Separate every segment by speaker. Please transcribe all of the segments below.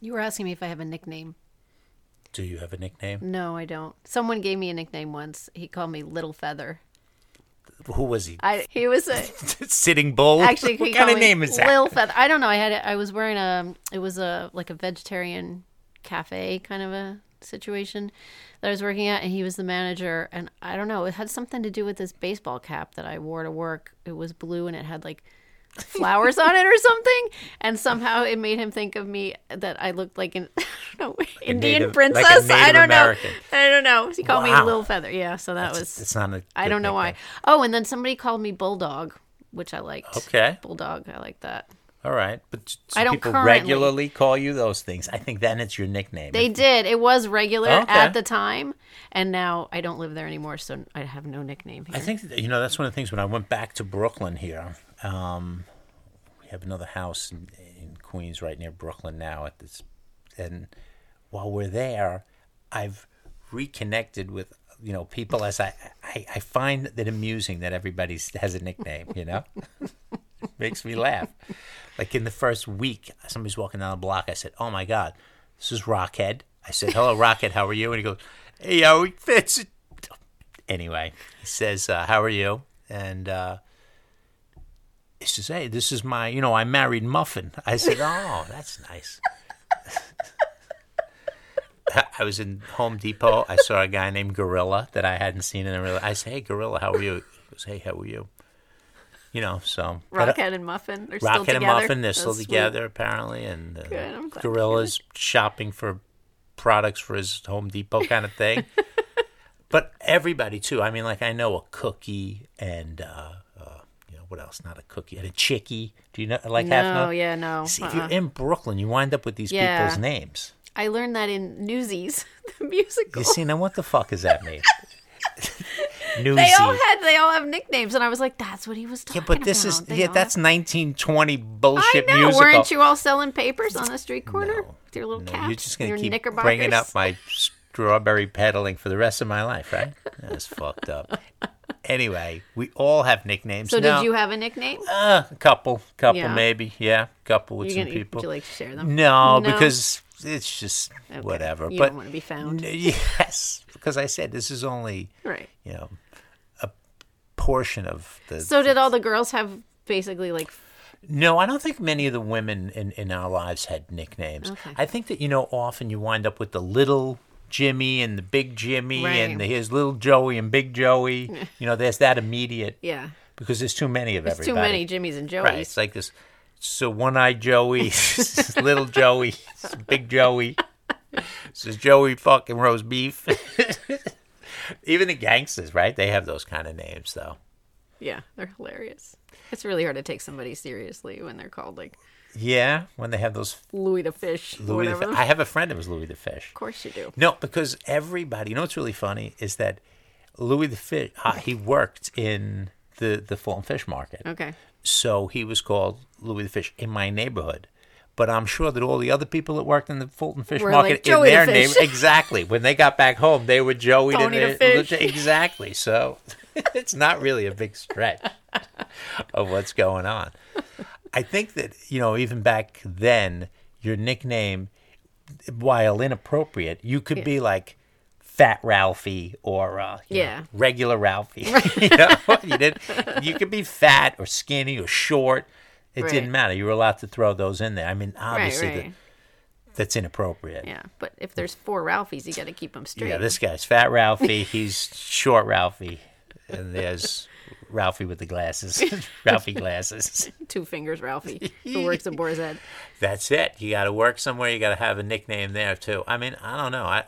Speaker 1: You were asking me if I have a nickname.
Speaker 2: Do you have a nickname?
Speaker 1: No, I don't. Someone gave me a nickname once. He called me Little Feather.
Speaker 2: Who was he?
Speaker 1: I he was a
Speaker 2: Sitting Bull?
Speaker 1: actually
Speaker 2: what
Speaker 1: he
Speaker 2: kind
Speaker 1: called
Speaker 2: of
Speaker 1: me
Speaker 2: name is that?
Speaker 1: Lil Feather. I don't know. I had I was wearing a it was a like a vegetarian cafe kind of a situation that I was working at, and he was the manager. And I don't know. It had something to do with this baseball cap that I wore to work. It was blue and it had like flowers on it or something and somehow it made him think of me that i looked like an I don't know, indian
Speaker 2: Native- like a
Speaker 1: princess i
Speaker 2: Native
Speaker 1: don't
Speaker 2: American.
Speaker 1: know i don't know he called
Speaker 2: Wow.
Speaker 1: me lil feather yeah so that was
Speaker 2: It's not a.
Speaker 1: I
Speaker 2: good
Speaker 1: don't know why.
Speaker 2: nickname.
Speaker 1: Oh, and then somebody called me Bulldog, which I liked.
Speaker 2: Okay.
Speaker 1: Bulldog, I like that.
Speaker 2: All right. But do
Speaker 1: I don't
Speaker 2: people
Speaker 1: currently-
Speaker 2: regularly call you those things? I think then it's your nickname.
Speaker 1: They did. It was regular
Speaker 2: Oh, Okay.
Speaker 1: at the time, and now I don't live there anymore, so I have no nickname here.
Speaker 2: I think that- you know that's one of the things when I went back to Brooklyn here. Um, we have another house in, in Queens, right near Brooklyn now. At this, and while we're there, I've reconnected with you know people as I I, I find that amusing that everybody has a nickname. You know, makes me laugh. Like in the first week, somebody's walking down the block. I said, "Oh my God, this is Rockhead." I said, "Hello, Rockhead. How are you?" And he goes, "Hey, yo, it fits." anyway, he says, uh, "How are you?" And uh, he says, "Hey, this is my, you know, I married Muffin." I said, "Oh, that's nice." I was in Home Depot. I saw a guy named Gorilla that I hadn't seen in a real. I said, "Hey, Gorilla, how are you?" He goes, "Hey, how are you?" You know, so but, uh,
Speaker 1: Rockhead and Muffin, they're still
Speaker 2: Rocket
Speaker 1: together.
Speaker 2: and Muffin, they're still
Speaker 1: That's sweet.
Speaker 2: together apparently, and
Speaker 1: Good, I'm glad to
Speaker 2: uh,
Speaker 1: hear
Speaker 2: Gorilla's shopping for products for his Home Depot kind of thing. but everybody too. I mean, like I know a cookie and uh, uh, you know what else? Not a cookie and a chickie. Do you know like half?
Speaker 1: No, yeah, no.
Speaker 2: See, if
Speaker 1: uh-uh.
Speaker 2: you're in Brooklyn, you wind up with these
Speaker 1: Yeah.
Speaker 2: people's names.
Speaker 1: I learned that in Newsies, the musical.
Speaker 2: You see, now what the fuck does that mean? Newsy.
Speaker 1: They all had, they all have nicknames, and I was like, "That's what he was talking
Speaker 2: yeah,
Speaker 1: about."
Speaker 2: but this is
Speaker 1: They
Speaker 2: yeah,
Speaker 1: all
Speaker 2: that's
Speaker 1: have-
Speaker 2: 1920
Speaker 1: I
Speaker 2: bullshit
Speaker 1: know.
Speaker 2: musical.
Speaker 1: Weren't you all selling papers on the street corner
Speaker 2: No.
Speaker 1: with your little
Speaker 2: No,
Speaker 1: caps?
Speaker 2: You're just going
Speaker 1: your
Speaker 2: to keep
Speaker 1: knickerbockers?
Speaker 2: bringing up my strawberry peddling for the rest of my life, right? That's fucked up. Anyway, we all have nicknames.
Speaker 1: So
Speaker 2: now.
Speaker 1: did you have a nickname?
Speaker 2: Uh, a couple, couple
Speaker 1: Yeah.
Speaker 2: maybe, yeah, couple with
Speaker 1: You
Speaker 2: some
Speaker 1: gonna-
Speaker 2: people.
Speaker 1: Would you like to share them?
Speaker 2: no,
Speaker 1: No.
Speaker 2: because it's just
Speaker 1: Okay.
Speaker 2: whatever.
Speaker 1: You
Speaker 2: but
Speaker 1: don't want to be found.
Speaker 2: N- yes, because I said this is only
Speaker 1: Right.
Speaker 2: you know a portion of the.
Speaker 1: So did all the girls have basically like
Speaker 2: No, I don't think many of the women in, in our lives had nicknames.
Speaker 1: Okay.
Speaker 2: I think that, you know, often you wind up with the little Jimmy and the big Jimmy and
Speaker 1: Right.
Speaker 2: the, here's little Joey and big Joey. you know, there's that immediate
Speaker 1: yeah,
Speaker 2: because there's too many of
Speaker 1: too
Speaker 2: everybody.
Speaker 1: many Jimmys and Joeys.
Speaker 2: Right. It's like this. So one eyed Joey, little Joey, big Joey. This is Joey fucking roast beef. Even the gangsters, right? They have those kind of names, though.
Speaker 1: Yeah, they're hilarious. It's really hard to take somebody seriously when they're called like
Speaker 2: Yeah, when they have those
Speaker 1: Louis the Fish, or
Speaker 2: Louis the
Speaker 1: whatever.
Speaker 2: Fish.
Speaker 1: the-
Speaker 2: I have a friend that was Louis the Fish.
Speaker 1: of course you do.
Speaker 2: No, because everybody. You know what's really funny is that Louis the Fish. Uh, he worked in the the Fulham Fish Market,
Speaker 1: Okay.
Speaker 2: so he was called Louis the Fish in my neighborhood. But I'm sure that all the other people that worked in the Fulton Fish
Speaker 1: Were
Speaker 2: Market
Speaker 1: like,
Speaker 2: in
Speaker 1: "Joey the
Speaker 2: their name,
Speaker 1: Fish."
Speaker 2: exactly. When they got back home, they were Joey to
Speaker 1: Tony the
Speaker 2: their-
Speaker 1: Fish.
Speaker 2: exactly. So it's not really a big stretch of what's going on. I think that you know, even back then, your nickname, while inappropriate, you could be like Fat Ralphie or uh, you know,
Speaker 1: Yeah.
Speaker 2: regular Ralphie. you, know? you did. You could be fat or skinny or short. It
Speaker 1: Right.
Speaker 2: didn't matter. You were allowed to throw those in there. I mean,
Speaker 1: Right,
Speaker 2: obviously,
Speaker 1: right.
Speaker 2: The, that's inappropriate.
Speaker 1: yeah, but if there's four Ralphies, you got to keep them straight.
Speaker 2: Yeah, this guy's fat Ralphie. He's short Ralphie, and there's Ralphie with the glasses. Ralphie glasses.
Speaker 1: Two fingers Ralphie who works at Boar's Head.
Speaker 2: That's it. You got to work somewhere. You got to have a nickname there too. I mean, I don't know. I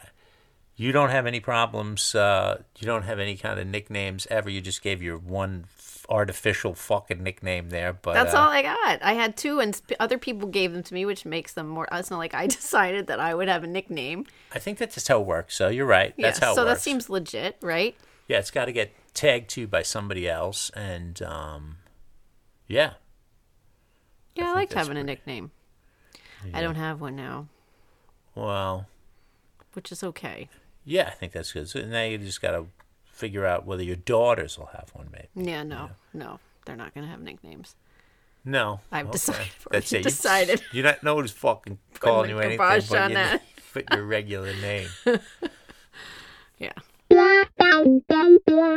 Speaker 2: you don't have any problems. Uh, you don't have any kind of nicknames ever. You just gave your one f- artificial fucking nickname there. But
Speaker 1: That's
Speaker 2: uh,
Speaker 1: all I got. I had two, and sp- other people gave them to me, which makes them more. It's not like I decided that I would have a nickname.
Speaker 2: I think that's just how it works. So you're right. That's
Speaker 1: yeah,
Speaker 2: how it
Speaker 1: so
Speaker 2: works.
Speaker 1: that seems legit, right?
Speaker 2: yeah, it's got to get tagged to by somebody else, and um, yeah,
Speaker 1: Yeah, I,
Speaker 2: think
Speaker 1: liked
Speaker 2: that's
Speaker 1: having a nickname. I don't have one now,
Speaker 2: well,
Speaker 1: which is okay.
Speaker 2: yeah, I think that's good. So now you just got to figure out whether your daughters will have one, maybe.
Speaker 1: Yeah, no, no, they're not gonna have nicknames.
Speaker 2: No.
Speaker 1: I've
Speaker 2: Okay.
Speaker 1: decided. I've
Speaker 2: That's
Speaker 1: already
Speaker 2: it.
Speaker 1: Decided.
Speaker 2: You, are not nobody's fucking calling
Speaker 1: the
Speaker 2: you anything,
Speaker 1: kibosh
Speaker 2: but you
Speaker 1: on that.
Speaker 2: put your regular name.
Speaker 1: Yeah.
Speaker 3: Blah, blah, blah, blah.